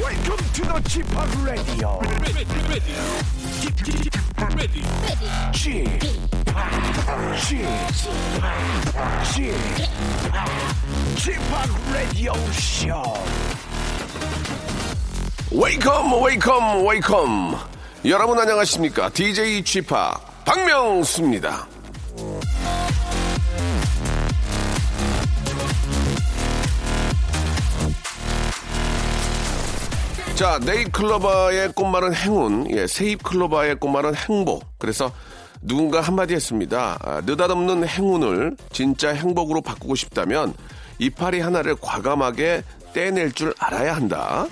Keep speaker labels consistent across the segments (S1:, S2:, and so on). S1: Welcome to the Chip Radio.
S2: ready, ready, ready,
S1: Chip, Chip, Chip, Chip Radio Show.
S3: 웨이컴 웨이컴 웨이컴 여러분 안녕하십니까 DJ g 파 박명수입니다 자 네잎 클로바의 꽃말은 행운 예, 세잎 클로바의 꽃말은 행복 그래서 누군가 한마디 했습니다 아, 느닷없는 행운을 진짜 행복으로 바꾸고 싶다면 이파리 하나를 과감하게 떼낼 줄 알아야 한다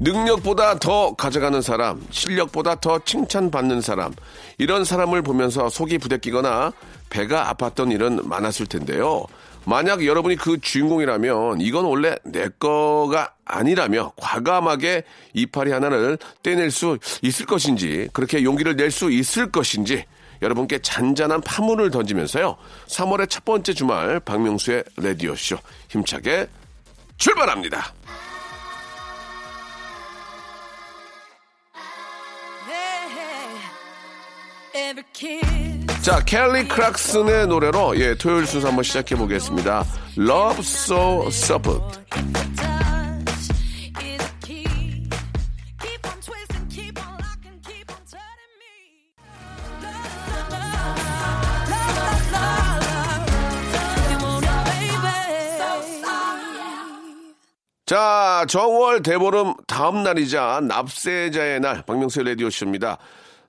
S3: 능력보다 더 가져가는 사람, 실력보다 더 칭찬받는 사람, 이런 사람을 보면서 속이 부대끼거나 배가 아팠던 일은 많았을 텐데요. 만약 여러분이 그 주인공이라면 이건 원래 내 거가 아니라며 과감하게 이파리 하나를 떼낼 수 있을 것인지, 그렇게 용기를 낼 수 있을 것인지, 여러분께 잔잔한 파문을 던지면서요. 3월의 첫 번째 주말 박명수의 라디오쇼 힘차게 출발합니다.
S4: Every kiss.
S3: 자, 켈리 크락슨의 노래로 예, 토요일 순서 한번 시작해 보겠습니다. Love So Soft.
S4: Touch is a key. Keep on twisting, keep on locking, keep on turning me. You want it, baby.
S3: 자, 정월 대보름 다음 날이자 납세자의 날 박명수의 라디오 쇼입니다.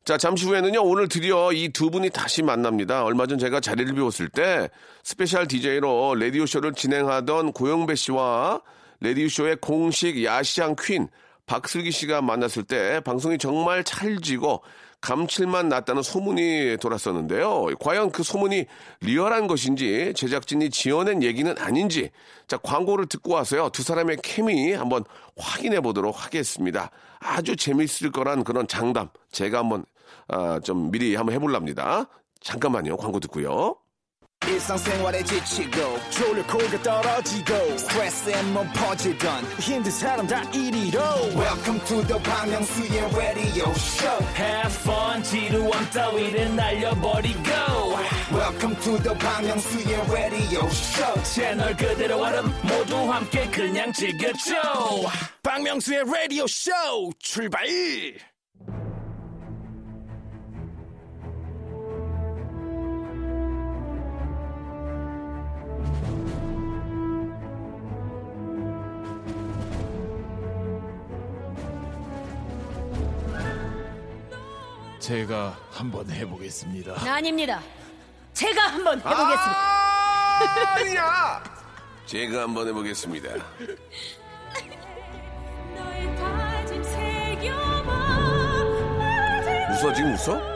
S3: 자, 잠시 후에는요. 오늘 드디어 이 두 분이 다시 만납니다. 얼마 전 제가 자리를 비웠을 때 스페셜 DJ로 라디오 쇼를 진행하던 고영배 씨와 라디오 쇼의 공식 야시장 퀸 박슬기 씨가 만났을 때 방송이 정말 찰지고 감칠맛 났다는 소문이 돌았었는데요. 과연 그 소문이 리얼한 것인지 제작진이 지어낸 얘기는 아닌지 자 광고를 듣고 와서요 두 사람의 케미 한번 확인해 보도록 하겠습니다. 아주 재밌을 거란 그런 장담 제가 한번 아, 좀 미리 한번 해볼랍니다. 잠깐만요 광고 듣고요.
S5: 일상생활에 지치고, 졸려 코가 떨어지고, 스트레스에 몸 퍼지던, 힘든 사람 다 이리로. welcome to the Bang Myung-soo's radio show
S6: Have fun 지루함 따위를 날려버리고
S5: welcome to the Bang Myung-soo's radio show
S6: 채널 그대로 얼음 모두 함께 그냥 즐겨줘
S2: 박명수의 라디오 쇼 출발! 제가 한번 해보겠습니다.
S7: 아닙니다. 제가 한번
S3: 아!
S7: 해보겠습니다.
S3: 아니야. 제가 한번 해보겠습니다.
S4: 너의 다짐 새겨봐.
S3: 웃어 지금 웃어?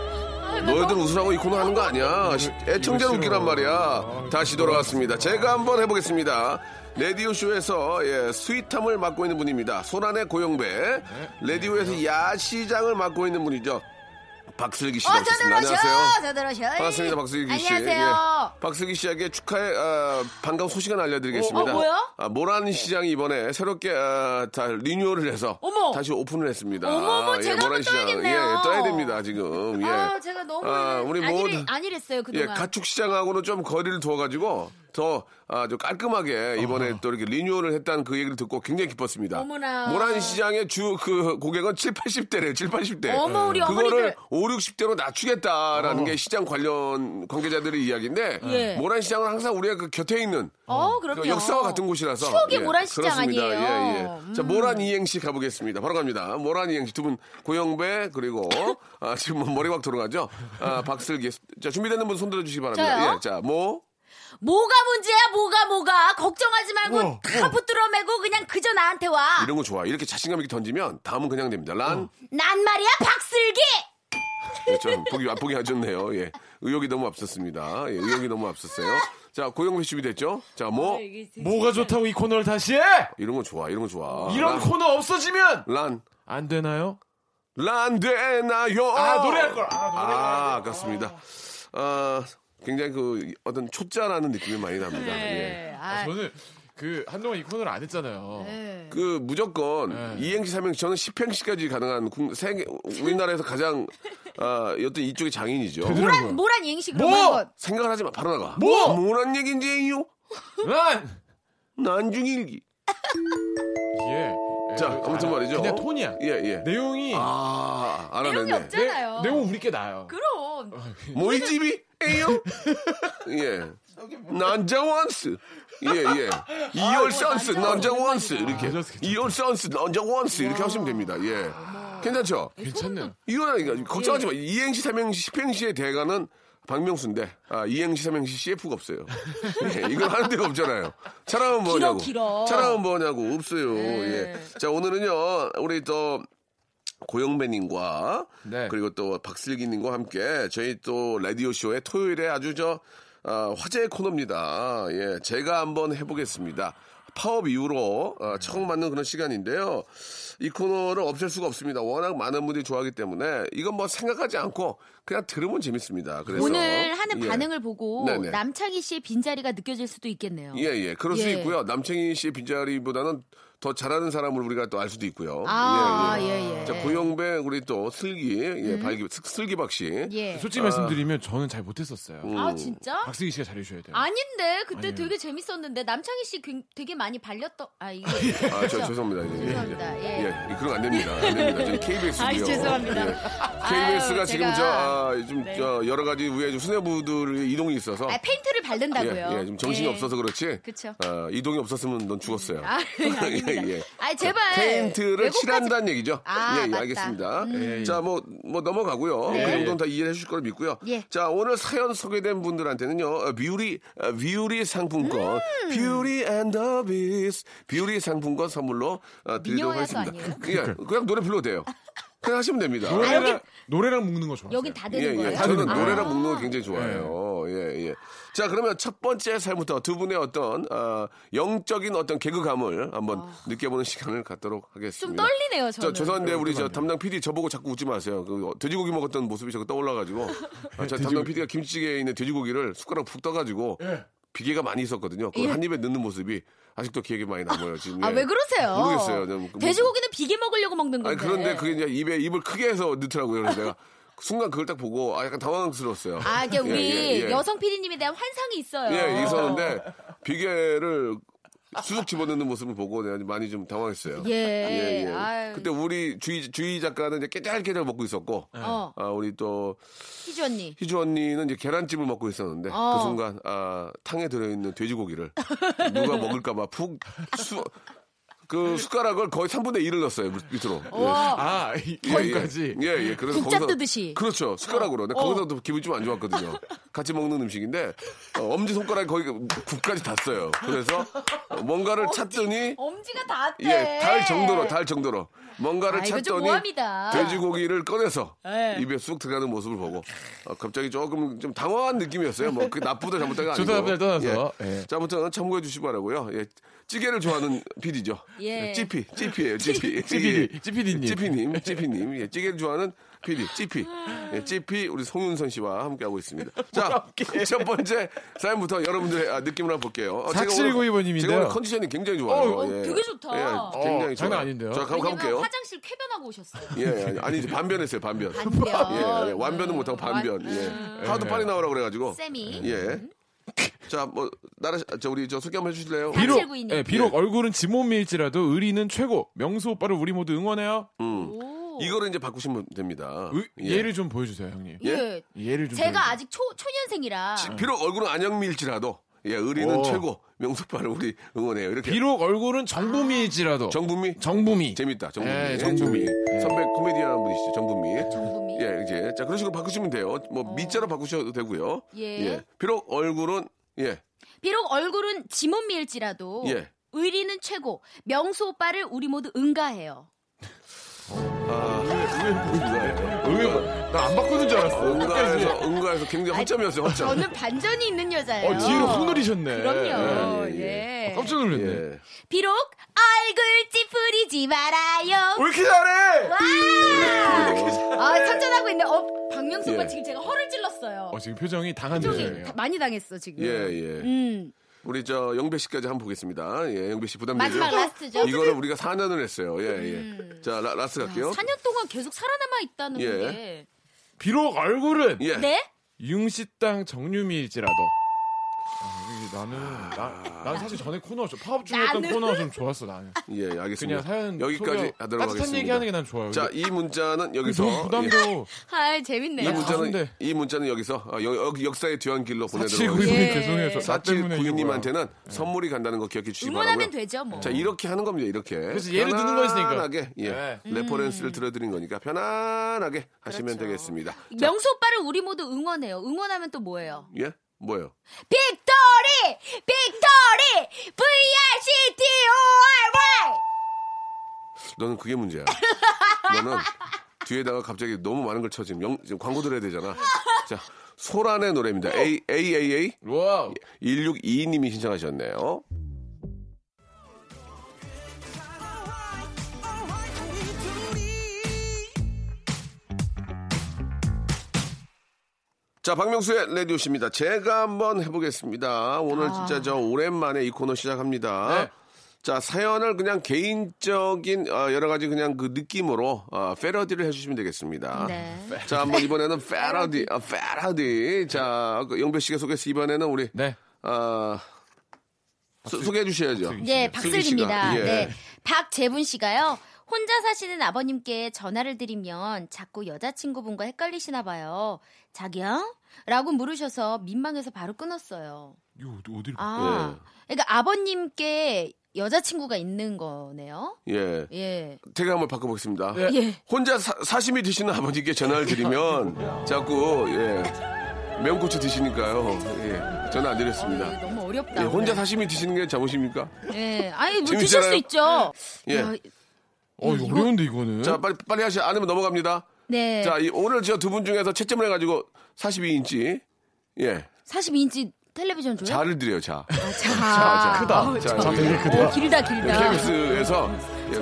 S3: 너희들 웃으라고 이 코너 하는 거
S7: 음,
S3: 아니야. 시- 애청자 웃기란 말이야. 다시 돌아왔습니다. 제가 한번 해보겠습니다. 라디오쇼에서 예, 스윗함을 맡고 있는 분입니다. 소란의
S7: 네.
S3: 고영배. 라디오에서 야시장을 맡고 있는 분이죠. 박슬기 씨.
S7: 어,
S3: 나오셨습니다.
S7: 저들어셔, 저들어셔. 예.
S3: 반갑습니다, 박슬기 씨.
S7: 네. 안녕하세요.
S3: 예, 박슬기 씨에게 축하의 아, 반가운 소식을 알려드리겠습니다.
S7: 어, 어, 뭐야?
S3: 아, 모란 시장이 이번에 새롭게 아, 다 리뉴얼을 해서
S7: 어머.
S3: 다시 오픈을 했습니다. 아,
S7: 어머, 어머, 제가 한번
S3: 모란 시장.
S7: 떠야겠네요.
S3: 예, 떠야 됩니다, 지금. 예.
S7: 아, 제가 너무
S3: 아, 우리 모
S7: 안일, 안일했어요
S3: 예,
S7: 그동안.
S3: 가축 시장하고는 좀 거리를 두어가지고 더 아주 깔끔하게 이번에 또 이렇게 리뉴얼을 했다는 그 얘기를 듣고 굉장히 기뻤습니다.
S7: 어머나.
S3: 모란 시장의 주 그 고객은 7, 80대래요. 7, 80대. 예.
S7: 어머, 우리
S3: 그거를
S7: 어머니들. 어.
S3: 5, 60대로 낮추겠다라는 게 시장 관련 관계자들의 이야기인데
S7: 예.
S3: 모란 시장은 항상 우리가 그 곁에 있는
S7: 어,
S3: 그
S7: 그럼요.
S3: 역사와 같은 곳이라서
S7: 추억의
S3: 예,
S7: 모란 시장
S3: 그렇습니다.
S7: 아니에요.
S3: 예, 예. 자
S7: 음.
S3: 모란 이행시 가보겠습니다. 바로 갑니다. 모란 이행시 두 분 고영배 그리고 아, 지금 뭐 머리 막 돌아가죠. 아, 박슬기 자 준비되는 분 손들어 주시기 바랍니다.
S7: 저요?
S3: 예, 자모
S7: 뭐가 문제야, 뭐가 뭐가 걱정하지 말고 다 붙들어 매고 그냥 그저 나한테 와.
S3: 이런 거 좋아. 이렇게 자신감 있게 던지면 다음은 그냥 됩니다. 란
S7: 난 말이야 박슬기.
S3: 참 그렇죠. 보기 보기 안 좋네요. 예 의욕이 너무 앞섰습니다. 예, 의욕이 너무 앞섰어요. 자 고영배 준비됐죠?
S2: 아,
S3: 자모
S2: 예. 뭐가 좋다고 이 코너를 다시 해?
S3: 이런 거 좋아. 이런 거 좋아.
S2: 이런 코너 없어지면
S3: 란.
S2: 안 되나요?
S3: 란 되나요?
S2: 아 노래할 걸. 아, 노래.
S3: 아, 아깝습니다. 어, 굉장히 그 어떤 초짜라는 느낌이 많이 납니다. 예.
S8: 네.
S2: 아,
S8: 아,
S2: 저는 그 한동안 이 코너를 안 했잖아요.
S8: 네.
S3: 그 무조건
S2: 네.
S3: 이행시삼행시 저는 10행시까지 가능한 국- 세계 우리나라에서 가장 아, 여튼 이쪽의 장인이죠.
S8: 모란 모란 이행식으로
S2: 뭐?
S7: 어,
S8: 한번
S3: 생각을 하지 마. 바로 나가.
S2: 뭐?
S3: 뭐란 얘긴지요?
S2: 난
S3: 난중일기.
S2: 예. 예,
S3: 자,
S2: 그-
S3: 아무튼
S2: 아,
S3: 말이죠.
S2: 그냥 톤이야. 네.
S3: 예, 예.
S2: 내용이
S3: 아,
S8: 내용이
S3: 알아냈네.
S2: 내,
S8: 없잖아요.
S2: 내용 우리께 나요.
S8: 그럼
S3: 모이집이 에요? 예. 난자 원스. 예, 예. 이열 선스, 난자 원스. 이렇게.
S2: 오랜만이다.
S3: 이열 선스, 난자 원스. 이렇게 하시면 됩니다. 예. 괜찮죠?
S2: 괜찮네요.
S3: 이거야, 이거. 걱정하지 마. 이행시, 삼행시, 십행시의 대가는 박명수인데, 아, 이행시, 삼행시 CF가 없어요. 예, 이걸 하는 데가 없잖아요. 차라면 뭐냐고.
S8: 길어.
S3: 차라면 뭐냐고. 없어요. 예. 자, 오늘은요, 우리 또, 고영배님과
S2: 네.
S3: 그리고 또 박슬기님과 함께 저희 또 라디오 쇼의 토요일에 아주 저 아, 화제의 코너입니다. 예, 제가 한번 해보겠습니다. 파업 이후로 아, 처음 맞는 그런 시간인데요. 이 코너를 없앨 수가 없습니다. 워낙 많은 분들이 좋아하기 때문에 이건 뭐 생각하지 않고 그냥 들으면 재밌습니다. 그래서
S7: 오늘 하는
S3: 예.
S7: 반응을 보고
S3: 네네.
S7: 남창희 씨의 빈자리가 느껴질 수도 있겠네요.
S3: 예, 예. 그럴 수
S7: 예.
S3: 있고요. 남창희 씨의 빈자리보다는 더 잘하는 사람을 우리가 또 알 수도 있고요.
S7: 아, 예, 예.
S3: 자, 고영배, 우리 또 슬기, 예, 발기, 슬- 슬기박 씨.
S8: 예.
S3: 아.
S2: 솔직히 말씀드리면 저는 잘 못했었어요.
S3: 음.
S7: 아 진짜?
S2: 박승희 씨가 잘해주셔야 돼요.
S7: 아닌데 그때
S2: 아니에요.
S7: 되게 재밌었는데 남창희 씨 굉- 되게 많이 발렸던 아 이게
S3: 아, 저, 죄송합니다. 예, 예,
S7: 죄송합니다.
S3: 예.
S7: 예.
S3: 예, 그런 안 됩니다. 안 됩니다. 저희 KBS고요. 예.
S8: 아이, 죄송합니다.
S3: KBS가
S8: 아유,
S3: 지금
S8: 제가-
S3: 저, 아, 좀, 저 여러 가지 위에 좀 수뇌부들의 이동이 있어서.
S7: 아 페인트를
S3: 예,
S7: 바른다고요.
S3: 예, 좀 정신이
S7: 예.
S3: 없어서 그렇지.
S7: 그쵸.
S3: 어, 이동이 없었으면 넌 죽었어요.
S7: 아, 아닙니다. 아 제발
S3: 예, 페인트를
S7: 왜곡하지
S3: 칠한다는 얘기죠.
S7: 아,
S3: 예, 예,
S7: 맞다. 음. 네.
S3: 알겠습니다.
S2: 예, 예.
S3: 자, 뭐, 뭐 넘어가고요. 그 정도는 다 이해해 주실 거로 믿고요.
S7: 예.
S3: 자, 오늘 사연 소개된 분들한테는요, 어, 뷰리, 어, 뷰리
S7: 음.
S3: 상품권, 뷰리 앤 더 비스, 뷰리 상품권 선물로 어, 드리도록
S7: 민영화가
S3: 하겠습니다. 예,
S7: 아니에요? 아,
S3: 그냥, 그냥 노래 불러도 돼요. 그냥 하시면 됩니다.
S2: 노래랑 노래랑 묶는 거 좋아.
S7: 여긴 다
S3: 예,
S7: 되는
S3: 예.
S7: 거예요.
S3: 저는
S2: 아.
S3: 노래랑 묶는 거 굉장히 좋아해요. 예, 예. 자, 그러면 첫 번째 사연부터 두 분의 어떤, 어, 영적인 어떤 개그감을 한번 느껴보는 시간을 갖도록
S7: 아. 좀
S3: 하겠습니다.
S7: 떨리네요
S3: 저
S7: 저는.
S3: 죄송한데 우리 저 담당 PD 저보고 자꾸 웃지 마세요. 그 어, 돼지고기 먹었던 모습이 저거 떠올라가지고 아, 저 담당 PD가 김치찌개에 있는 돼지고기를 숟가락 푹 떠가지고 비계가 많이 있었거든요. 그걸 한 입에 넣는 모습이 아직도 기억이 많이 남아요. 지금
S7: 예. 아
S3: 예.
S7: 왜 그러세요?
S3: 모르겠어요. 좀 뭐-
S7: 돼지고기는 비계 먹으려고 먹는 건데.
S3: 아니 그런데 그게 이제 입에 입을 크게 해서 넣더라고요. 그래서 내가 순간 그걸 딱 보고 아 약간 당황스러웠어요.
S7: 아, 이게
S3: 예,
S7: 우리
S3: 예, 예.
S7: 여성 PD님에 대한 환상이 있어요.
S3: 예, 있었는데 비계를 수직 집어넣는 모습을 보고 내가 많이 좀 당황했어요.
S7: 예.
S3: 예, 예.
S7: 아유.
S3: 그때 우리 주희 주희 작가는 이제 깨달깨달 먹고 있었고,
S7: 어,
S3: 아, 우리 또
S7: 희주 언니.
S3: 희주 언니는 이제 계란찜을 먹고 있었는데
S7: 어.
S3: 그 순간 아, 탕에 들어있는 돼지고기를 누가 먹을까봐 푹그 숟가락을 거의 3분의 1을 넣었어요 밑- 밑으로. 예.
S2: 아, 이
S3: 예,
S2: 거기까지.
S3: 예, 예. 그래서
S7: 국자
S3: 거기서-
S7: 뜨듯이. 어.
S3: 그렇죠. 숟가락으로. 근데 거기서도 기분이 좀 안 좋았거든요. 같이 먹는 음식인데, 어, 엄지 손가락이 거의 국까지 닿았어요. 그래서 어, 뭔가를 찾더니,
S7: 엄지가 닿았대.
S3: 예, 달 정도로, 달 정도로. 뭔가를
S7: 아, 이거 좀
S3: 찾더니,
S7: 모함이다.
S3: 돼지고기를 꺼내서
S2: 예.
S3: 입에 쑥 들어가는 모습을 보고, 어, 갑자기 조금 좀 당황한 느낌이었어요. 뭐, 그 나쁘다 잘못다가 아니고.
S2: 좋다, 나쁘다 떠나서. 예.
S3: 자, 아무튼 참고해 주시기 바라고요 예, 찌개를 좋아하는 PD죠.
S7: 예.
S3: 찌피, 찌피예요 찌피.
S2: 찌피디, 찌피디님.
S3: 찌피님, 찌피님. 예, 찌개를 좋아하는 PD, 찌피. 예, 찌피, 우리 송윤선 씨와 함께하고 있습니다. 자, 첫 번째 사연부터 여러분들의 아, 느낌을 한번 볼게요. 어, 제가 오늘-
S2: 4792번 님인데요.
S3: 제가 오늘 컨디션이 굉장히 좋아요.
S2: 어우,
S7: 어, 되게 좋다.
S3: 예, 굉장히
S2: 어, 장난
S3: 좋아요.
S2: 아닌데요?
S3: 자, 가보,
S7: 왜냐면
S3: 가볼게요.
S7: 화장실 쾌변하고 오셨어요.
S3: 예, 예, 아니, 이제 반변했어요, 반변.
S7: 반변.
S3: 예, 예, 완변은 못하고 반변. 예. 하도 빨리 나오라고 그래가지고.
S7: 쌤이.
S3: 예. 자, 뭐, 나라, 저, 우리 저 소개 한번 해주실래요?
S7: 비-
S2: 비록,
S7: 4792 님.
S2: 예, 비록 얼굴은 지몸일지라도 의리는 최고. 명수 오빠를 우리 모두 응원해요.
S3: 이거를 이제 바꾸시면 됩니다.
S2: 의-
S3: 음. 예.
S2: 예를 좀 보여주세요, 형님.
S3: 예?
S8: 그
S7: 예.
S2: 예를 좀.
S7: 제가
S2: 보여주세요.
S7: 아직 초, 초년생이라.
S3: 지- 비록 얼굴은 안영미일지라도 예, 의리는
S2: 오.
S3: 최고 명수파를 우리 응원해요. 이렇게
S2: 비록 얼굴은 정부미일지라도.
S3: 정분미
S2: 정부미.
S3: 재밌다. 정분미.
S2: 예,
S3: 예, 정분미.
S2: 정분미.
S3: 선배 코미디언 분이시죠. 정분미.
S7: 정분미.
S3: 예, 이제 자 그런 식으로 바꾸시면 돼요. 뭐
S8: 어.
S3: 밑자로 바꾸셔도 되고요.
S7: 예.
S3: 비록 얼굴은 예.
S7: 비록 얼굴은 지문미일지라도.
S3: 예.
S7: 의리는 최고. 명수 오빠를 우리 모두 응가해요.
S2: 아, 의외 나안 바꾸는 줄 알았어. 끝까지.
S3: 네. 응가에서 응가에서 굉장히 허점이었어요. 허점.
S8: 저는 반전이 있는 여자예요.
S2: 어, 뒤로 호늘이셨네.
S8: 그럼요. 예.
S2: 예. 깜짝 놀랐네.
S3: 예.
S7: 비록 얼굴 찌푸리지 말아요.
S3: 왜 이렇게 잘해?
S8: 아, 참전하고 있네. 어, 박명수 오빠
S3: 예.
S8: 지금 제가 허를 찔렀어요.
S2: 어, 지금 표정이 당한
S8: 표정이
S2: 표정이에요.
S8: 다- 많이 당했어, 지금.
S3: 예, 예.
S8: 음.
S3: 우리 저 영배 씨까지 한번 보겠습니다. 예, 영배 씨 부담 되죠?
S8: 마지막 라스트죠. 음. 아,
S3: 이거를 우리가 4년을 했어요. 예, 예. 자, 라, 라스 갈게요.
S7: 4년 동안 계속 살아남아 있다는
S3: 예.
S7: 게.
S2: 비록 얼굴은
S3: 예.
S7: 네?
S2: 융식당 정유미일지라도. 아, 이게 나는 나, 난 사실 전에 코너 좀 파업 중에 했던
S8: 나는?
S2: 코너가 좀 좋았어 나는.
S3: 예, 알겠습니다.
S2: 그냥 사연
S3: 여기까지
S2: 소개,
S3: 하도록
S2: 따뜻한
S3: 하겠습니다.
S2: 얘기하는 게 난 좋아요.
S3: 자, 이 문자는 여기서
S2: 너무 부담도
S8: 아,
S3: 예. 이
S8: 재밌네요.
S3: 문자는
S2: 가운데.
S3: 이 문자는 여기서 아, 여, 여, 역사의 뒤안길로 보내도록
S2: 사치구이
S3: 하겠습니다.
S8: 예.
S2: 죄송해요. 저- 나 때문에 이게 뭐야. 네.
S3: 사치구이님한테는 선물이 간다는 거 기억해 주시기
S7: 응원하면
S3: 바라고요.
S7: 되죠, 뭐.
S3: 자 이렇게 하는 겁니다 이렇게
S2: 그래서 예를 드는 거였으니까.
S3: 편안하게 예.
S2: 네.
S3: 레퍼런스를 들어드린 거니까 편안하게 하시면
S7: 그렇죠.
S3: 되겠습니다
S7: 명수 오빠를 우리 모두 응원해요. 응원하면 또 뭐예요?
S3: 예 뭐예요
S7: 빅토리! 빅토리! V-I-C-T-O-R-Y!
S3: 너는 그게 문제야 너는 뒤에다가 갑자기 너무 많은 걸쳐 지금, 영- 지금 광고 들어야 되잖아 자 소란의 노래입니다 A A A A
S2: 와우.
S3: 1622님이 신청하셨네요 자, 박명수의 라디오십니다. 제가 한번 해보겠습니다. 오늘 진짜 저 오랜만에 이 코너 시작합니다.
S2: 네.
S3: 자, 사연을 그냥 개인적인 어, 여러 가지 그냥 그 느낌으로 어, 패러디를 해주시면 되겠습니다. 자, 한번 이번에는 패러디, 아, 패러디. 자, 그 영배 씨가 소개해서 이번에는 우리
S2: 네.
S3: 아, 소- 소개해 주셔야죠. 슬기 씨가.
S7: 네, 박슬기입니다.
S3: 예.
S7: 네. 박재분 씨가요. 혼자 사시는 아버님께 전화를 드리면 자꾸 여자친구분과 헷갈리시나 봐요. 자기야? 라고 물으셔서 민망해서 바로 끊었어요.
S2: 이거 어디- 어디로?
S3: 예.
S7: 아. 그러니까 아버님께 여자친구가 있는 거네요.
S3: 예.
S7: 예.
S3: 제가 한번 바꿔보겠습니다.
S7: 예.
S3: 혼자 사, 시미 드시는 아버님께 전화를 드리면 자꾸 예, 매운고추 드시니까요. 예, 전화 안 드렸습니다.
S7: 너무 어렵다.
S3: 예, 혼자 사시미 드시는 게 잘못입니까?
S7: 예. 아니, 뭐 드실
S3: 재밌잖아요.
S7: 수 있죠.
S3: 예.
S7: 야,
S2: 어, 이거 어려운데 이거는.
S3: 자 빨리 빨리 하시 안 하면 넘어갑니다.
S7: 네.
S3: 자 이- 오늘 저 두 분 중에서 채점을 해가지고 42인치 예
S7: 42인치 텔레비전 줘요?
S3: 자를 드려요 자.
S7: 아, 자.
S3: 크다.
S7: 어,
S3: 자,
S7: 자.
S3: 되게
S7: 어, 길다, 길다.
S3: KBS에서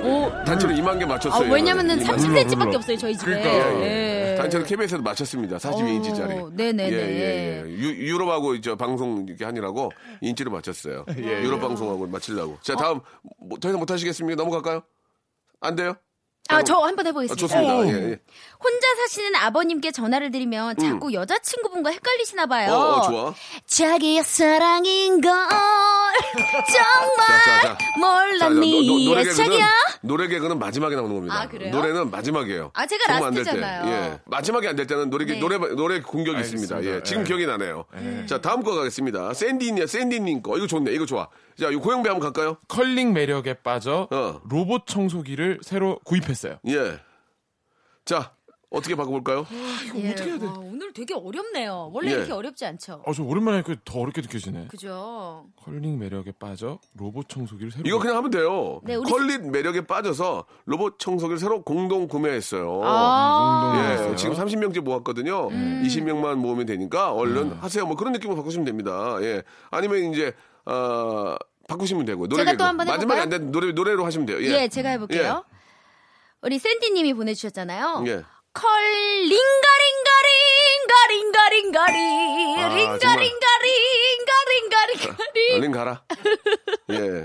S7: 오.
S3: 단체로 2만 개
S7: 아,
S3: 맞췄어요.
S7: 왜냐면은
S3: 이거. 아,
S7: 30cm밖에 없어요, 저희 집에.
S2: 그러니까.
S7: 예.
S3: 단체로 KBS에도 맞췄습니다. 42인치짜리.
S7: 어, 네네네.
S3: 예, 예, 예. 유, 럽하고 이제 방송 이렇게 하느라고 인치를 맞췄어요. 유럽 방송하고 맞추려고. 자,
S7: 어?
S3: 다음. 뭐, 더 이상 못하시겠습니까? 넘어갈까요? 안 돼요?
S7: 아, 저 한번
S3: 아,
S7: 해보겠습니다.
S3: 좋습니다. 예, 예.
S7: 혼자 사시는 아버님께 전화를 드리면 자꾸 여자친구분과 헷갈리시나 봐요.
S3: 음. 어, 어, 좋아.
S7: 자기의 사랑인 걸 정말
S3: 자, 자, 자. 자, 노- 노-
S7: 몰랐니?
S3: 노래 개그는,
S7: 자기야.
S3: 노래 개그는 마지막에 나오는 겁니다.
S8: 아, 그래요?
S3: 노래는 마지막이에요.
S7: 아, 제가
S3: 정말 안될 때.
S7: 라스트잖아요.
S3: 예. 마지막에 안 될 때는 노래, 개-
S7: 네.
S3: 노래, 노래 공격이 있습니다.
S2: 알겠습니다.
S3: 예. 지금
S2: 예.
S3: 기억이 나네요. 자, 다음 거 가겠습니다. 샌디님, 샌디님 거. 이거 좋네. 이거 좋아. 자, 이거 고영배 한번 갈까요?
S2: 컬링 매력에 빠져
S3: 어.
S2: 로봇 청소기를 새로 구입했어요.
S3: 예. 자, 어떻게 바꿔볼까요?
S7: 예. 와, 오늘 되게 어렵네요. 원래
S3: 예.
S7: 이렇게 어렵지 않죠.
S2: 아, 저 오랜만에 하니까 더 어렵게 느껴지네.
S7: 그죠?
S2: 컬링 매력에 빠져 로봇 청소기를 새로
S3: 이거 그냥 하면 돼요.
S7: 네, 우리-
S3: 컬릿 매력에 빠져서 로봇 청소기를 새로 공동 구매했어요.
S7: 아.
S2: 운동했어요.
S3: 예, 지금 30명째 모았거든요.
S7: 음.
S3: 20명만 모으면 되니까 얼른
S2: 음.
S3: 하세요. 뭐 그런 느낌으로 바꾸시면 됩니다. 예. 아니면 이제 어, 바꾸시면 되고 노래
S7: 제가
S3: 개그.
S7: 또 한번
S3: 마지막에
S7: 해볼까요?
S3: 안 된 노래 노래로 하시면 돼요.
S7: 예, 제가 해볼게요. 우리 샌디님이 보내주셨잖아요.
S3: 예.
S7: 컬링가링가링가링가링가링가리
S3: 아, 정말.
S7: 링가링가링가링가링가링가리
S3: 얼른 가라. 예.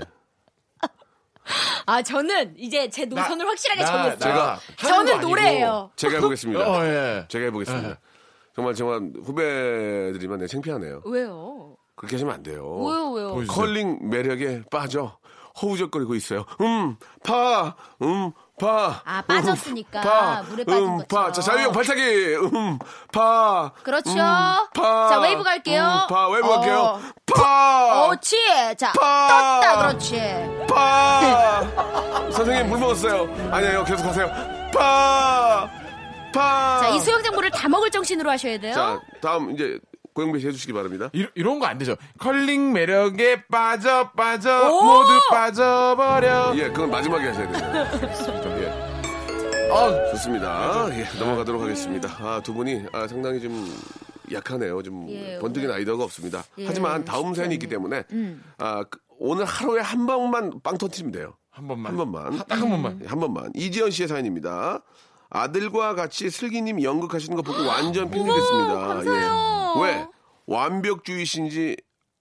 S7: 아 저는 이제 제 노선을 확실하게
S2: 나-
S7: 정했어요.
S2: 제가 하는 거
S7: 저는
S2: 아니고.
S7: 노래예요.
S3: 제가 해보겠습니다.
S2: 어, 예.
S3: 제가 해보겠습니다. 정말 정말 후배들이면 내 창피하네요.
S7: 왜요?
S3: 그렇게 하시면 안 돼요.
S7: 왜요 왜요?
S2: 보여주세요.
S3: 컬링 매력에 빠져 허우적거리고 있어요. 음, 파, 음, 파.
S7: 아, 빠졌으니까.
S3: 음, 파,
S7: 물에 빠진
S3: 음, 파.
S7: 것처럼.
S3: 자, 자유형 발차기. 음, 파.
S7: 그렇죠.
S3: 음, 파.
S7: 자, 웨이브 갈게요.
S3: 음, 파, 웨이브
S7: 어.
S3: 갈게요. 파,
S7: 옳지. 자
S3: 파.
S7: 떴다 그렇지.
S3: 파. 선생님 물 먹었어요. 아니에요, 계속 하세요. 파, 파.
S7: 자 이 수영장 물을 다 먹을 정신으로 하셔야 돼요.
S3: 자, 다음 이제 고영배 씨 해주시기 바랍니다.
S2: 이, 이런 거 안 되죠. 컬링 매력에 빠져 빠져
S7: 오!
S2: 모두 빠져버려.
S3: 어, 예, 그건 마지막에 하셔야 돼요. 예.
S2: 아,
S3: 좋습니다. 예, 넘어가도록 하겠습니다. 아, 두 분이 아, 상당히 좀 약하네요. 좀
S7: 예,
S3: 번뜩이는 아이디어가 없습니다.
S7: 예,
S3: 하지만 다음
S7: 쉽지
S3: 사연이 있기 때문에 아, 그- 오늘 하루에 한 번만 빵 터트리면 돼요.
S2: 한 번만.
S3: 한 번만.
S2: 딱 한 번만.
S3: 예, 한 번만. 이지연 씨의 사연입니다. 아들과 같이 슬기님 연극하시는 거 보고 완전 힐링됐습니다.
S7: 감사해요.
S3: 예. 왜? 완벽주의신지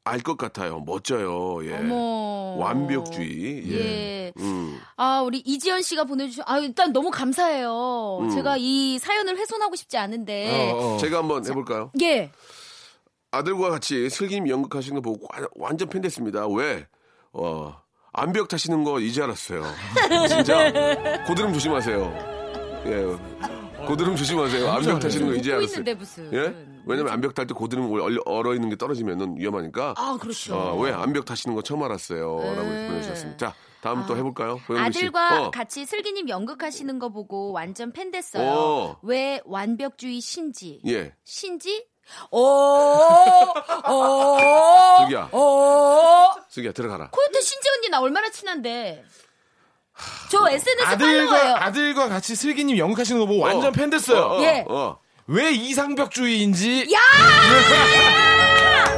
S3: 알 것 같아요. 멋져요. 예.
S7: 어머.
S3: 완벽주의. 예.
S7: 예.
S3: 음.
S7: 아, 우리 이지연 씨가 보내주신, 아, 일단 너무 감사해요.
S3: 음.
S7: 제가 이 사연을 훼손하고 싶지 않은데.
S2: 어, 어.
S3: 제가 한번 해볼까요?
S7: 예.
S3: 아들과 같이 슬기님 연극하시는 거 보고 와- 완전 팬됐습니다. 왜? 어, 암벽 타시는 거 이제 알았어요. 진짜. 고드름 조심하세요. 예. 고드름 조심하세요. 암벽 타시는 거그 이제
S7: 웃고
S3: 알았어요.
S7: 네. 있는데, 무슨.
S3: 예? 왜냐면 암벽 탈 때 고드름 얼어 있는 게 떨어지면 위험하니까.
S7: 아, 그렇죠.
S3: 어, 왜 암벽 타시는 거 처음 알았어요. 라고
S7: 네. 아.
S3: 보내주셨습니다. 자, 다음 또 해볼까요? 고영미 씨.
S7: 아들과
S3: 어,
S7: 같이 슬기님 연극하시는 거 보고 완전 팬 됐어요.
S3: 어.
S7: 왜 완벽주의 신지?
S3: 예.
S7: 신지? 어, 오, 오,
S3: 슬기야.
S7: 오.
S3: 슬기야, 들어가라.
S7: 어. 코요태 신지 언니 나 얼마나 친한데? 저 SNS 팔로워예요.
S2: 아들과 아들과 같이 슬기님 연극하시는 거 보고 완전
S3: 어.
S2: 팬 됐어요.
S3: 어, 어,
S7: 예.
S3: 어.
S2: 왜 이상벽주의인지
S7: 야!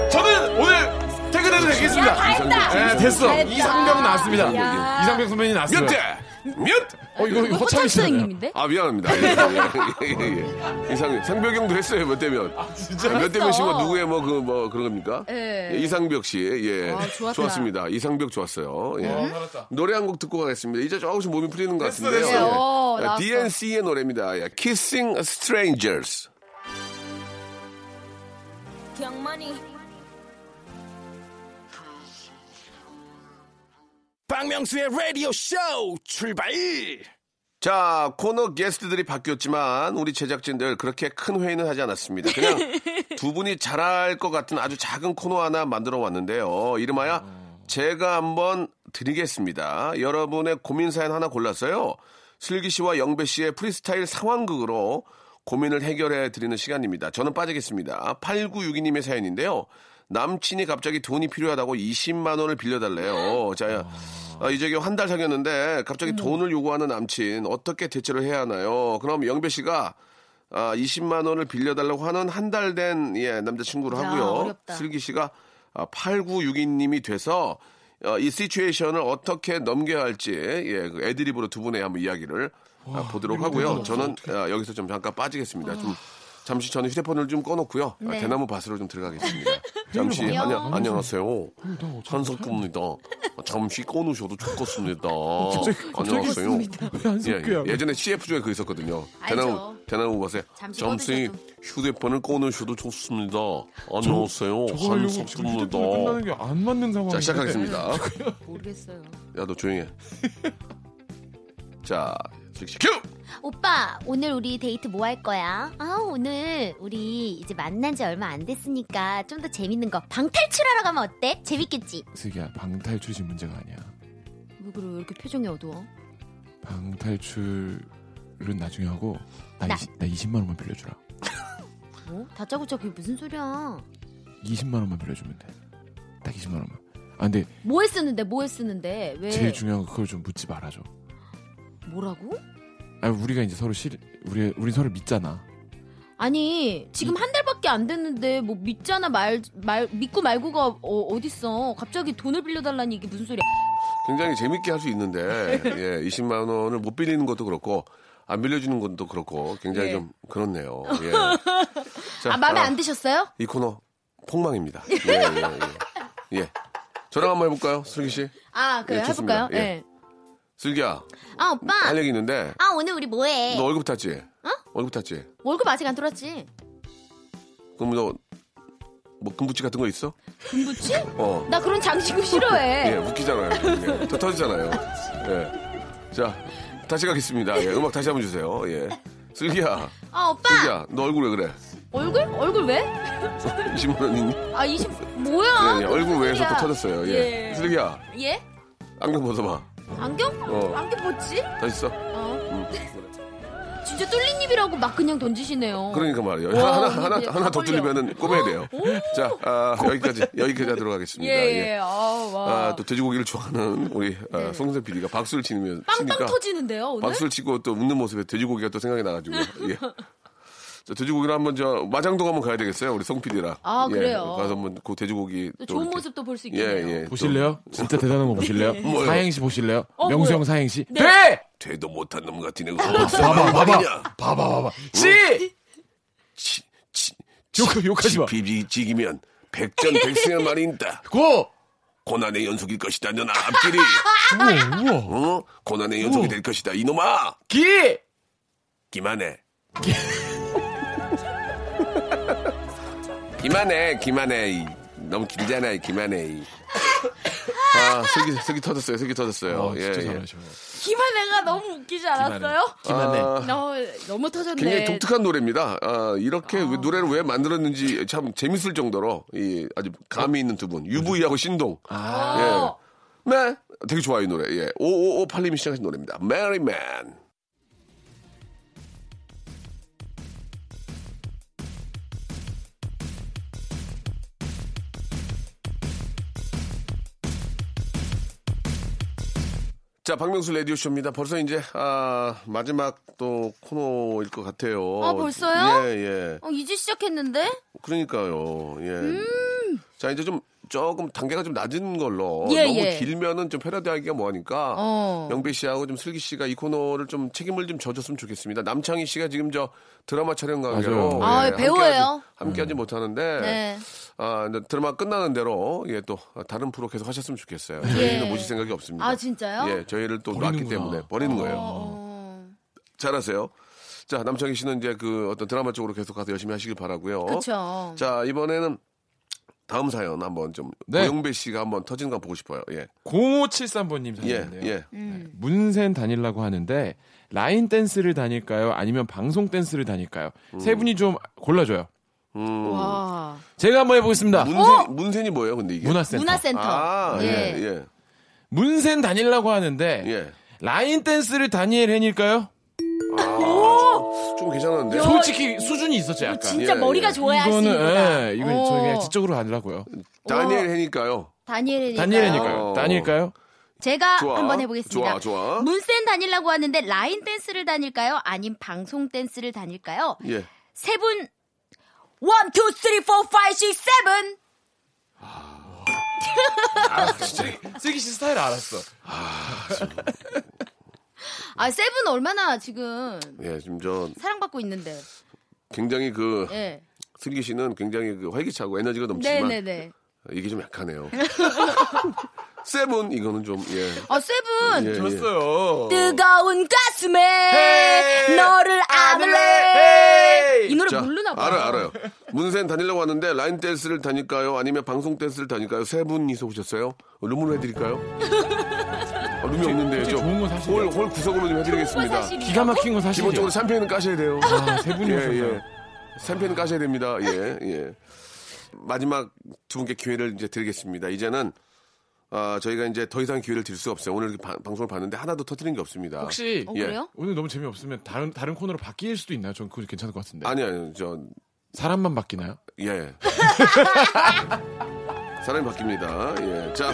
S2: 저는 오늘 퇴근해도
S7: 야,
S2: 되겠습니다.
S7: 다 했다.
S2: 예, 됐어.
S7: 다 했다.
S2: 이상병 나왔습니다.
S7: 야.
S2: 이상병 선배님
S3: 몇
S2: 나왔습니다.
S3: 대! 몇!
S2: 어, 이거
S7: 이거
S2: 허참이 시잖아요.
S7: 허참선생님인데?
S3: 네. 아 미안합니다. 예, 예, 예, 예. 이상 상벽형도 했어요 몇 대면.
S2: 아,
S3: 아,
S2: 진짜?
S3: 몇 대면 씨뭐
S7: 했어.
S3: 누구의 뭐 그 뭐 그런 겁니까?
S7: 예.
S3: 이상벽 씨 예.
S7: 아, 좋았다.
S3: 좋았습니다. 이상벽 좋았어요. 예.
S2: 어, 살았다.
S3: 노래 한 곡 듣고 가겠습니다. 이제 조금씩 몸이 풀리는 것
S2: 됐어,
S3: 같은데요.
S2: 됐어.
S3: 예.
S7: 오, 나왔어.
S3: DNC의 노래입니다. 예. Kissing Strangers.
S4: 경만이
S6: 박명수의 라디오 쇼 출발
S3: 자 코너 게스트들이 바뀌었지만 우리 제작진들 그렇게 큰 회의는 하지 않았습니다. 그냥 두 분이 잘할 것 같은 아주 작은 코너 하나 만들어 왔는데요. 이름하여 제가 한번 드리겠습니다. 여러분의 고민 사연 하나 골랐어요. 슬기 씨와 영배 씨의 프리스타일 상황극으로 고민을 해결해 드리는 시간입니다. 저는 빠지겠습니다. 8962님의 사연인데요. 남친이 갑자기 돈이 필요하다고 20만 원을 빌려달래요. 자, 아, 이제 한 달 사귀었는데 갑자기 돈을 요구하는 남친 어떻게 대처를 해야 하나요? 그럼 영배 씨가 아, 20만 원을 빌려달라고 하는 한 달 된 예, 남자친구로
S7: 야,
S3: 하고요.
S7: 어렵다.
S3: 슬기 씨가 아, 8962님이 돼서 어, 이 시츄에이션을 어떻게 넘겨야 할지 예, 그 애드립으로 두 분의 한번 이야기를 아, 보도록 하고요. 저는 아, 여기서 좀 잠깐 빠지겠습니다. 좀 잠시 저는 휴대폰을 좀 꺼놓고요. 아,
S7: 네.
S3: 대나무 밭으로 좀 들어가겠습니다. 잠시 안녕, 안녕하세요. 한석구입니다. 아, 잠시 꺼놓으셔도 좋겠습니다. 어. 안녕하세요. 예, 예. 예전에 CF 중에 그 있었거든요.
S7: 알죠.
S3: 대나무 대나무 밭에
S7: 잠시
S3: 잠시
S7: 꺼두셔도.
S3: 휴대폰을 꺼놓으셔도 좋습니다. 안녕하세요.
S2: 저거 하려고 지금 휴대폰이 끝나는
S3: 한석구입니다.
S2: 게 안 맞는 상황.
S3: 어, 자 시작하겠습니다.
S7: 아, 모르겠어요.
S3: 야 너 조용해. 자 즉시 큐.
S7: 오빠, 오늘 우리 데이트 뭐 할 거야? 아, 오늘 우리 이제 만난 지 얼마 안 됐으니까 좀 더 재밌는 거 방탈출하러 가면 어때? 재밌겠지?
S2: 슬기야 방탈출이 문제가 아니야.
S7: 왜 그래? 왜 이렇게 표정이 어두워?
S2: 방탈출은 나중에 하고 나,
S7: 나.
S2: 20, 나 20만 원만 빌려주라.
S7: 뭐? 다짜고짜 그게 무슨 소리야?
S2: 20만 원만 빌려주면 돼. 딱 20만 원만. 아 근데
S7: 뭐에 쓰는데? 뭐에 쓰는데? 왜?
S2: 제일 중요한 건 그걸 좀 묻지 말아줘.
S7: 뭐라고?
S2: 아 우리가 이제 서로 실 우리 우리 서로 믿잖아.
S7: 아니 지금 한 달밖에 안 됐는데 뭐 믿잖아 말, 말 믿고 말고가 어, 어딨어 갑자기 돈을 빌려달라니 이게 무슨 소리야
S3: 굉장히 재밌게 할 수 있는데 예 20만 원을 못 빌리는 것도 그렇고 안 빌려주는 것도 그렇고 굉장히
S7: 예.
S3: 좀 그렇네요. 예. 자,
S7: 아 마음에
S3: 아,
S7: 안 드셨어요?
S3: 이 코너 폭망입니다. 예, 예, 예. 예. 저랑 한번 해볼까요, 슬기 씨?
S7: 아 그래
S3: 예, 좋습니다.
S7: 해볼까요?
S3: 예.
S7: 예.
S3: 슬기야,
S7: 아 오빠
S3: 할 얘기 있는데
S7: 아 오늘 우리 뭐해
S3: 너 월급 탔지? 어? 월급 탔지?
S7: 월급 아직 안 들었지?
S3: 그럼 너 뭐 금붙이 같은 거 있어?
S7: 금붙이?
S3: 어.
S7: 나 그런 장식을 싫어해
S3: 예, 웃기잖아요. 좀. 예, 더 터지잖아요. 예. 자, 다시 가겠습니다. 예, 음악 다시 한번 주세요. 예. 슬기야,
S7: 아 오빠
S3: 슬기야, 너 얼굴 왜 그래?
S7: 얼굴? 얼굴 왜?
S3: 20만 원이니?
S7: 아 20... 뭐야
S3: 예, 예,
S7: 그게
S3: 얼굴
S7: 무슨
S3: 외에서 또
S7: 소리야.
S3: 터졌어요. 예. 슬기야,
S7: 아, 예?
S3: 안경 벗어봐.
S7: 안경?
S3: 어.
S7: 안경 뭐지?
S3: 다시 써.
S7: 어.
S3: 음.
S7: 진짜 뚫린 입이라고 막 그냥 던지시네요.
S3: 그러니까 말이에요. 하나
S7: 와, 어, 이게
S3: 하나 하나 더
S7: 다 걸려.
S3: 뚫리면은 꼬매야 돼요. 자 아, 여기까지 여기까지 하도록
S7: 예,
S3: 하겠습니다. 예.
S7: 예. 아우, 와.
S3: 아, 또 돼지고기를 좋아하는 우리 아, 송선 PD가 박수를 치면
S7: 빵빵
S3: 치니까
S7: 터지는데요, 오늘?
S3: 박수를 치고 또 웃는 모습에 돼지고기가 또 생각이 나가지고 예. 자, 돼지고기를 한번 저 마장동 한번 가야 되겠어요, 우리 송 PD랑.
S7: 아, 그래요?
S3: 가서 한번 그 돼지고기 또
S7: 또 좋은
S3: 이렇게.
S7: 모습도 볼 수
S3: 예,
S7: 있겠네요.
S3: 예.
S2: 보실래요? 진짜 대단한 거 보실래요?
S3: 뭐요?
S2: 사행시 보실래요?
S7: 어,
S2: 명수
S7: 뭐요?
S2: 형 사행시.
S7: 네.
S2: 돼!
S3: 또 돼도 못한 놈 같은 애가
S2: 봐봐, 봐봐, 봐봐,
S3: 뭐?
S2: 봐봐. 지!
S3: 치, 치,
S2: 욕- 욕하지 마.
S3: 비비 지기면 백전 백승의 말이 있다.
S2: 고!
S3: 고난의 연속일 것이다. 넌 앞길이
S2: 우와, 우와.
S3: 어? 고난의 연속이
S2: 오.
S3: 될 것이다. 이놈아,
S2: 기!
S3: 기만해. 기만해, 기만해. 이. 너무 길잖아, 이 기만해. 이. 아, 슬기, 슬기 터졌어요, 슬기 터졌어요.
S2: 어, 진짜
S3: 예, 예.
S2: 잘하셔.
S7: 김한혜가 너무 웃기지 않았어요?
S2: 기만해.
S7: 너무, 너무 터졌네.
S3: 아. 굉장히 독특한 노래입니다. 아, 이렇게 왜- 노래를 왜 만들었는지 참 재밌을 정도로 이 아주 감이 있는 두 분. UV하고 신동.
S2: 아.
S7: 어.
S3: 예. 네. 되게 좋아요, 이 노래. 예. 5558님이 시작하신 노래입니다. 메리맨. 자, 박명수 라디오쇼입니다. 벌써 이제, 아, 마지막 또 코너일 것 같아요.
S7: 아, 벌써요?
S3: 예, 예.
S7: 어, 이제
S3: 네.
S7: 시작했는데?
S3: 그러니까요. 예.
S7: 음.
S3: 자 이제 좀 조금 단계가 좀 낮은 걸로
S7: 예,
S3: 너무
S7: 예.
S3: 길면은 좀 패러디하기가 뭐하니까
S7: 어.
S3: 영배 씨하고 좀 슬기 씨가 이 코너를 좀 책임을 좀 져줬으면 좋겠습니다. 남창희 씨가 지금 저 드라마 촬영 관계로 예,
S2: 맞아요. 음.
S7: 아, 배우예요.
S3: 함께하지 못하는데
S7: 네.
S3: 아 이제 드라마 끝나는 대로 예 또 다른 프로 계속 하셨으면 좋겠어요. 저희는 모실 생각이 없습니다.
S7: 예. 아, 진짜요?
S3: 예, 저희를 또 놨기
S2: 버리는구나.
S3: 때문에 버리는 거예요.
S7: 어.
S3: 잘하세요. 자 남창희 씨는 이제 그 어떤 드라마 쪽으로 계속 가서 열심히 하시길 바라고요.
S7: 그쵸.
S3: 어? 자 이번에는 다음 사연 한번 좀
S2: 네.
S3: 오영배 씨가 한번 터진 거 보고 싶어요. 예,
S2: 0573번님 사
S3: 예
S2: 인데요
S3: 예.
S7: 음.
S2: 문센 다닐라고 하는데 라인 댄스를 다닐까요? 아니면 방송 댄스를 다닐까요? 세
S3: 음.
S2: 분이 좀 골라줘요.
S3: 네.
S7: 와. 어?
S2: 제가 한번 해보겠습니다.
S3: 문센 문센이 뭐예요, 근데 이게?
S2: 문화센터.
S7: 문화센터.
S3: 아, 예,
S7: 예.
S3: 예,
S2: 문센 다닐라고 하는데
S3: 예.
S2: 라인 댄스를 다니엘 헨일까요?
S3: 좀 괜찮은데.
S2: 솔직히 수준이 있었죠 약간.
S7: 어, 진짜
S3: 예,
S7: 머리가
S3: 예.
S7: 좋아야 할 수
S2: 이거는
S7: 있구나. 어.
S2: 예, 이건 저 그냥 지적으로 하려고요.
S3: 다니엘 해니까요.
S7: 다니엘이니까.
S2: 다니엘이니까요.
S3: 어.
S2: 다니엘까요?
S7: 제가
S3: 좋아.
S7: 한번
S3: 좋아,
S7: 해보겠습니다.
S3: 좋아.
S7: 문센 다닐라고 하는데 라인 댄스를 다닐까요? 아님 방송 댄스를 다닐까요?
S3: 예.
S7: 세 분. 1, 2, 3, 4, 5, 6, 7!
S2: 슬기 씨 스타일 알았어.
S7: 아, 세븐 얼마나 지금
S3: 예, 지금 저
S7: 사랑받고 있는데.
S3: 굉장히 그
S7: 예.
S3: 승기 씨는 굉장히 그 활기차고 에너지가 넘치지만
S7: 네네네.
S3: 이게 좀 약하네요. 세븐 이거는 좀 예.
S7: 아, 세븐!
S3: 예, 예.
S2: 줬어요.
S7: 뜨거운 가슴에
S2: 헤이!
S7: 너를 안을래
S2: 헤이!
S7: 이 노래
S3: 자,
S7: 모르나 봐요.
S3: 알아요, 알아요. 문센 다니려고 하는데 라인 댄스를 다닐까요? 아니면 방송 댄스를 다닐까요? 세 분이서 오셨어요? 룸으로 해드릴까요? 아, 룸이 없는데
S2: 솔직히 좋은 건 사실이에요.
S3: 홀, 홀 구석으로 좀 해드리겠습니다.
S2: 기가 막힌 건 사실이에요.
S3: 기본적으로 3편은 까셔야 돼요.
S2: 아, 세 분이
S3: 예,
S2: 오셨네요.
S3: 예. 3편은 까셔야 됩니다. 예, 예. 마지막 두 분께 기회를 이제 드리겠습니다. 이제는 아, 저희가 이제 더 이상 기회를 드릴 수가 없어요. 오늘 이렇게 바- 방송을 봤는데 하나도 터뜨린 게 없습니다.
S2: 혹시
S7: 어,
S3: 예.
S7: 그래요?
S2: 오늘 너무 재미없으면 다른 다른 코너로 바뀔 수도 있나요? 전 그거 괜찮을 것 같은데.
S3: 아니, 아니, 저
S2: 사람만 바뀌나요?
S3: 예. 사람이 바뀝니다. 예. 자,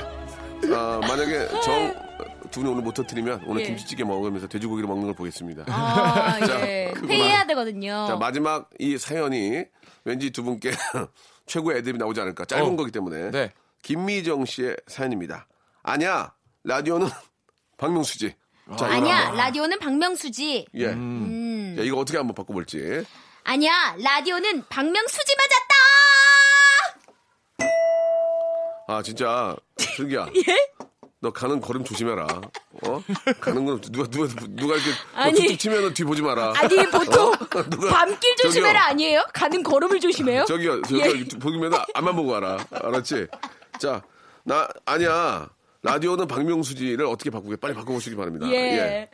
S3: 아, 만약에 정 두 분이 오늘 못 터뜨리면 오늘
S7: 예.
S3: 김치찌개 먹으면서 돼지고기를 먹는 걸 보겠습니다.
S7: 아,
S3: 자,
S7: 예.
S3: 그만.
S7: 회의해야 되거든요.
S3: 자, 마지막 이 사연이 왠지 두 분께 최고의 애드립이 나오지 않을까. 짧은
S2: 어.
S3: 거기 때문에.
S2: 네.
S3: 김미정 씨의 사연입니다. 아니야, 라디오는 박명수지. 자, 이거
S7: 아니야, 음.
S3: 한번.
S7: 라디오는 박명수지.
S3: 예. 자, 이거 어떻게 한번 바꿔볼지.
S7: 아니야, 라디오는 박명수지 맞았다!
S3: 아 진짜 슬기야.
S7: 예?
S3: 너 가는 걸음 조심해라. 어? 가는 걸음 누가 누가 누가 이렇게 뭐
S7: 아니.
S3: 툭툭 치면은 뒤 보지 마라. 어?
S7: 아니, 보통
S3: 누가-
S7: 밤길 조심해라
S3: 저기요. 아,
S7: 아니에요? 가는 걸음을 조심해요? 예.
S3: 저기요. 저기 보기면 안만 보고 가라. 알았지? 자, 나 아니야. 라디오는 박명수지를 어떻게 바꾸게 빨리 바꿔보시기 바랍니다.
S7: 예.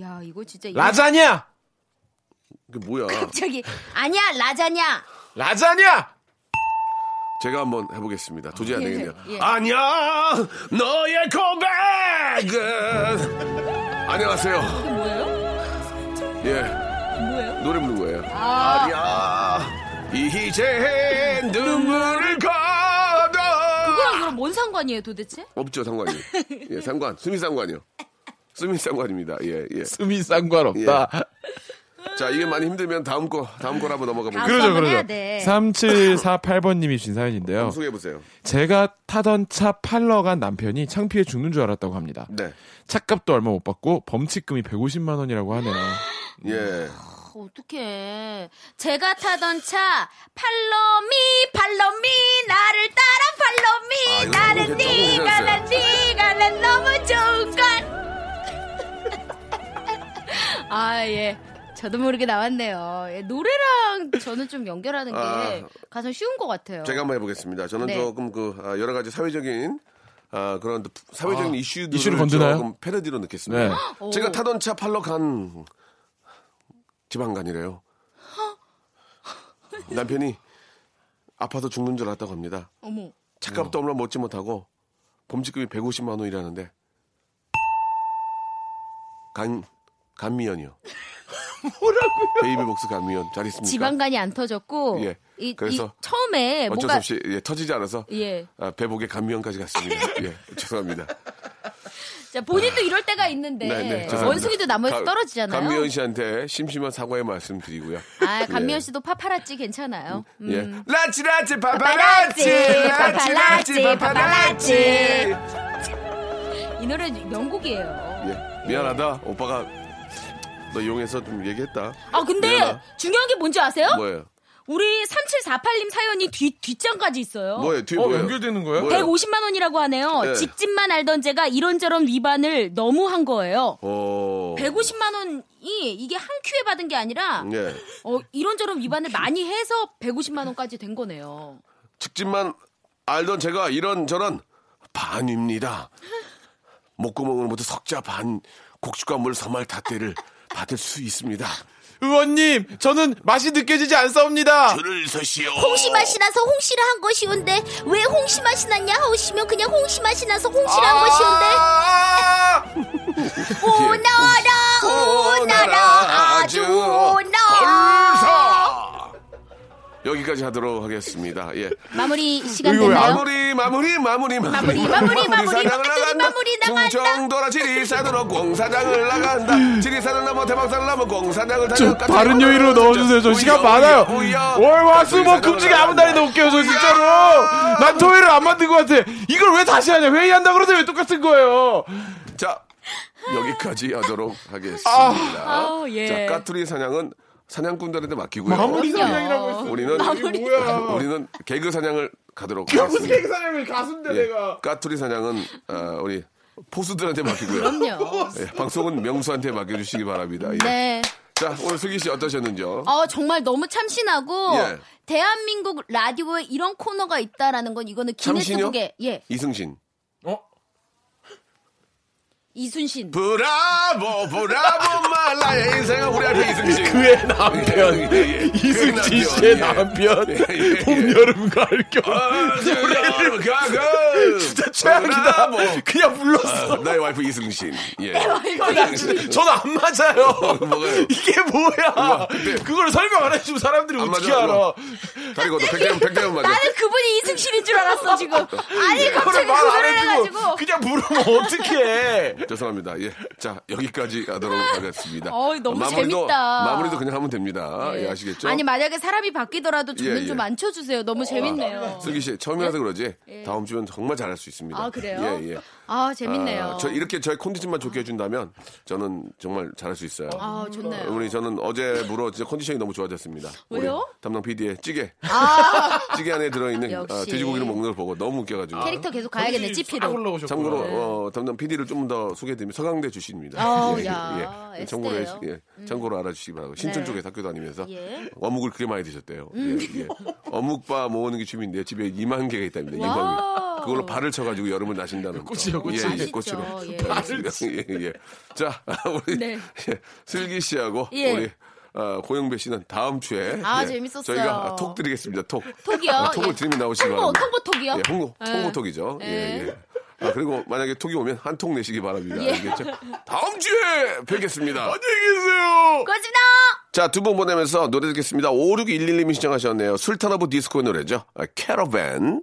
S7: 야, 이거 진짜. 이거
S2: 라자냐?
S3: 그게 뭐야?
S7: 갑자기. 아니야, 라자냐!
S2: 라자냐?
S3: 제가 한번 해보겠습니다. 도저히 안
S7: 예,
S3: 되겠네요.
S7: 예.
S3: 아니야, 너의 고백은 안녕하세요.
S7: 이게 뭐예요?
S3: 예. 뭐예요? 노래 부른 거예요. 아. 야 이제 눈물을 가다.
S7: 그럼 뭔 상관이에요 도대체?
S3: 없죠 상관이. 예 상관 수미 상관이요. 수미 상관입니다. 예 예.
S2: 숨이 상관없다.
S3: 자 이게 많이 힘들면 다음 거 다음 거로 한번 넘어가 볼게요.
S7: 다음
S2: 그러죠,
S7: 한번 해야
S2: 그러죠.
S7: 돼.
S2: 3748번님이 주신 사연인데요.
S3: 소개해 보세요.
S2: 제가 타던 차 팔러 간 남편이 창피해 죽는 줄 알았다고 합니다.
S3: 네.
S2: 착값도 얼마 못 받고 범칙금이 150만 원이라고 하네요.
S3: 예.
S7: 아, 어떡해. 제가 타던 차 팔로미 팔로미 나를
S3: 아,
S7: 따라 팔로미
S3: 이거
S7: 나는
S3: 너무 괜찮-
S7: 네가
S3: 너무
S7: 난 네가 난 너무 좋은 걸. 아 예. 저도 모르게 나왔네요. 예, 노래랑 저는 좀 연결하는 게
S3: 아.
S7: 가장 쉬운 것 같아요.
S3: 제가 한번 해보겠습니다. 저는
S7: 어. 네.
S3: 조금 그 아, 여러 가지 사회적인 아, 그런 사회적인 이슈들을
S2: 이슈를 건드나요?
S3: 조금 패러디로 느꼈습니다.
S7: 네.
S3: 제가
S7: 오.
S3: 타던 차 팔러 간 지방간이래요. 남편이 아파서 죽는 줄 알았다고 합니다.
S7: 어머.
S3: 착값도 얼마 먹지 못하고 범칙금이 150만 원이라는데 간 간미연이요. 뭐라고요? 베이비복스 간미연 잘 있습니까?
S7: 지방간이 안 터졌고
S3: 예.
S7: 이,
S3: 그래서
S7: 이 처음에
S3: 어쩔
S7: 뭐가
S3: 수 없이 예, 터지지 않아서
S7: 네, 예.
S3: 아, 배복에 감미원까지 갔습니다. 예, 죄송합니다.
S7: 자, 본인도 이럴 때가 있는데
S3: 네, 죄송합니다.
S7: 네. 원숭이도 나무에서
S3: 가-
S7: 떨어지잖아요.
S3: 감미연 씨한테 심심한 사과의 말씀 드리고요.
S7: 아, 감미연
S3: 예.
S7: 씨도 파파라찌 괜찮아요. 음.
S3: 예. 라치 라치 파파라치 라치
S7: 파파라치,
S3: 라치 파파라치.
S7: 파파라치.
S3: 예.
S7: 이 노래 명곡이에요.
S3: 네, 미안하다. 오빠가 너 이용해서 좀 얘기했다.
S7: 아, 근데
S3: 미안하.
S7: 중요한 게 뭔지 아세요?
S3: 네, 뭐예요?
S7: 우리 3748님 사연이 뒤, 뒷장까지 있어요.
S3: 뭐예요? 뒤에
S2: 어,
S3: 뭐예요?
S2: 연결되는 거예요?
S3: 뭐예요?
S7: 150만 원이라고 하네요.
S3: 네.
S7: 직진만 알던 제가 이런저런 위반을 너무 한 거예요.
S3: 어.
S7: 150만 원이 이게 한 큐에 받은 게 아니라
S3: 예.
S7: 어, 이런저런 위반을 많이 해서 150만 원까지 된 거네요.
S3: 직진만 알던 제가 이런 저런 반입니다. 목구멍으로부터 석자 반 곡식과 물 서말 닷대를 받을 수 있습니다.
S2: 의원님, 저는 맛이 느껴지지 않사옵니다.
S3: 줄을 아, 서시오.
S9: 홍시 맛이 나서 홍시를 한 것이 온데 왜 홍시 맛이 났냐 하시면 그냥 홍시 맛이 나서
S7: 아,
S3: 아,
S9: 홍시를
S2: 아.
S9: 한 것이 온데
S3: 예.
S9: 오나라 오나라 아주 오나라
S3: 얼사. 여기까지 하도록 하겠습니다. 예.
S7: 마무리 시간
S2: 이거 왜
S7: 됐나요?
S3: 마무리 마무리 마무리 마무리
S7: 마무리, 마무리,
S3: 사장을
S7: 마무리,
S3: 나간다
S7: 마무리 나간다.
S3: 충청도라 지리산으로 공사장을 나간다 지리산을 넘어 대박산을 넘어 공사장을 다녀
S2: 바른 여의로 넣어주세요. 저 시간 많아요. 월, 와, 수, 목, 금지가 아무 날에도 올게요, 저 진짜로. 난 토요일을 안 만든 것 같아. 이걸 왜 다시 하냐. 회의한다 그러는데 왜 똑같은 거예요.
S3: 자 여기까지 하도록 하겠습니다
S7: 아우, 예.
S3: 자 까투리 사냥은 사냥꾼들한테 맡기고요
S2: 마무리
S7: 그럼요.
S2: 사냥이라고 했어.
S3: 우리는
S2: 이게 뭐야.
S3: 우리는 개그 사냥을 가도록
S2: 무슨
S3: 하겠습니다
S2: 개그 사냥을 가수인데
S3: 예,
S2: 내가.
S3: 까투리 사냥은 아, 우리 포수들한테 맡기고요
S7: 그럼요.
S3: 예, 방송은 명수한테 맡겨주시기 바랍니다 예.
S7: 네.
S3: 자 오늘 슬기 씨 어떠셨는지요?
S7: 어, 정말 너무 참신하고
S3: 예.
S7: 대한민국 라디오에 이런 코너가 있다라는 건 이거는
S3: 참신이요?
S7: 기네스북에 예
S3: 이승신.
S2: 어?
S7: 이순신
S3: 브라보 브라보 말라의 인생은 우리한테 이승신.
S2: 그의 남편.
S3: 예, 예, 예.
S2: 이승진
S3: 그의
S2: 씨의
S3: 남편, 예.
S2: 남편.
S3: 예, 아, 예.
S2: 봄, 여름, 가을, 겨울.
S3: 노래를 가고.
S2: 진짜 최악이다.
S3: 브라보. 뭐. 아.
S2: 그냥 불렀어.
S3: 나의 와이프 이승신. 예.
S2: 전 안 맞아요.
S3: 뭐가요?
S2: 이게 뭐야? 그걸 설명 안 해주면 사람들이
S3: 안
S2: 어떻게
S3: 맞아,
S2: 알아?
S3: 일로 다리 걷어. 백대면 백대면 맞아.
S7: 나는 그분이 이승신인 줄 알았어 지금 아니
S2: 그걸
S7: 갑자기 그
S2: 말안
S7: 노래를
S2: 해주고
S7: 해가지고
S2: 그냥 물으면 어떡해?
S3: 죄송합니다. 예. 자, 여기까지 하도록 하겠습니다.
S7: 어이, 너무
S3: 마무리도,
S7: 재밌다.
S3: 마무리도 그냥 하면 됩니다. 예, 아시겠죠?
S7: 아니 만약에 사람이 바뀌더라도 저는
S3: 예, 아, 예.
S7: 좀 앉혀주세요 너무 재밌네요
S3: 슬기 씨, 처음이라서 그러지 다음 주엔 정말 잘할 수 있습니다.
S7: 예? 아 그래요?
S3: 예, 예.
S7: 아 재밌네요
S3: 아, 저 이렇게 저의 컨디션만 좋게 해준다면 저는 정말 잘할 수 있어요.
S7: 아 좋네요
S3: 우리 저는 어제부로 진짜 컨디션이 너무 좋아졌습니다. 우리
S7: 왜요? 아.
S3: 담당 PD의 찌개. 찌개 안에 들어있는
S7: 역시.
S3: 아, 돼지고기를 먹는 걸 보고 너무 웃겨가지고.
S7: 캐릭터 계속 가야겠네
S3: 아,
S7: 찌피로
S2: 올라오셨구나.
S3: 참고로 어, 담당 PD를 좀 더 소개해드리면 서강대 출신입니다. 예,
S7: 아우, 야,
S3: 참고로
S7: 애쓰네요. 음. 네.
S3: 해- 예, 참고로 알아주시기 바라고 신촌 쪽에 학교 다니면서
S7: 예. 음.
S3: 어묵을 그렇게 많이 드셨대요. 예, 예. 어묵바 모으는 게 취미인데 집에 2만 개가 있답니다.
S7: 와우.
S3: 2만 개. 그걸로 발을 쳐가지고 여름을 나신다는 거.
S2: 꽃이요, 꽃이.
S3: 예, 예,
S7: 맛있죠.
S3: 꽃으로.
S7: 예.
S3: 예, 알겠습니다. 예, 예. 자, 우리
S7: 네.
S3: 예, 슬기 씨하고
S7: 예.
S3: 우리 어, 고영배 씨는 다음 주에
S7: 아,
S3: 예,
S7: 재밌었어요.
S3: 저희가 톡 드리겠습니다. 톡.
S7: 톡이요?
S3: 아, 톡을
S7: 예.
S3: 드리면 나오시기
S7: 통보
S3: 바랍니다.
S7: 통보 톡이요
S3: 예, 홍보,
S7: 예.
S3: 홍보톡이죠. 예,
S7: 예.
S3: 예. 아, 그리고 만약에 톡이 오면 한 통 내시기 바랍니다. 알겠죠? 다음 주에 뵙겠습니다. 예. 안녕히 계세요.
S7: 고맙습니다.
S3: 자, 두 분 보내면서 노래 듣겠습니다. 5611님이 신청하셨네요. 술탄 오브 디스코의 노래죠. 아, 캐러밴.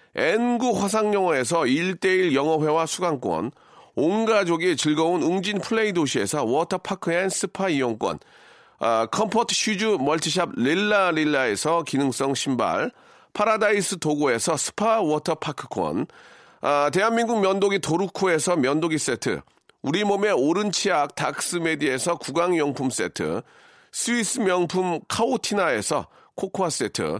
S3: N구 화상영어에서 1대1 영어회화 수강권, 온 가족이 즐거운 웅진 플레이 도시에서 워터파크 앤 스파 이용권, 아, 컴포트 슈즈 멀티샵 릴라 릴라에서 기능성 신발, 파라다이스 도고에서 스파 워터파크권, 아, 대한민국 면도기 도루코에서 면도기 세트, 우리 몸의 오른 치약 닥스메디에서 구강용품 세트, 스위스 명품 카오티나에서 코코아 세트,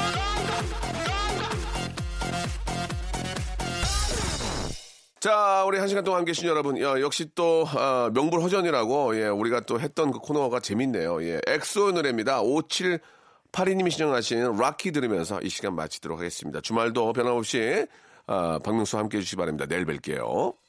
S3: 자, 우리 한 시간 동안 계신 여러분, 야, 역시 또 아, 명불허전이라고 예, 우리가 또 했던 그 코너가 재밌네요. 예, 엑소 노래입니다. 5782님이 신청하신 락키 들으면서 이 시간 마치도록 하겠습니다. 주말도 변함없이 아, 박명수 함께해 주시기 바랍니다. 내일 뵐게요.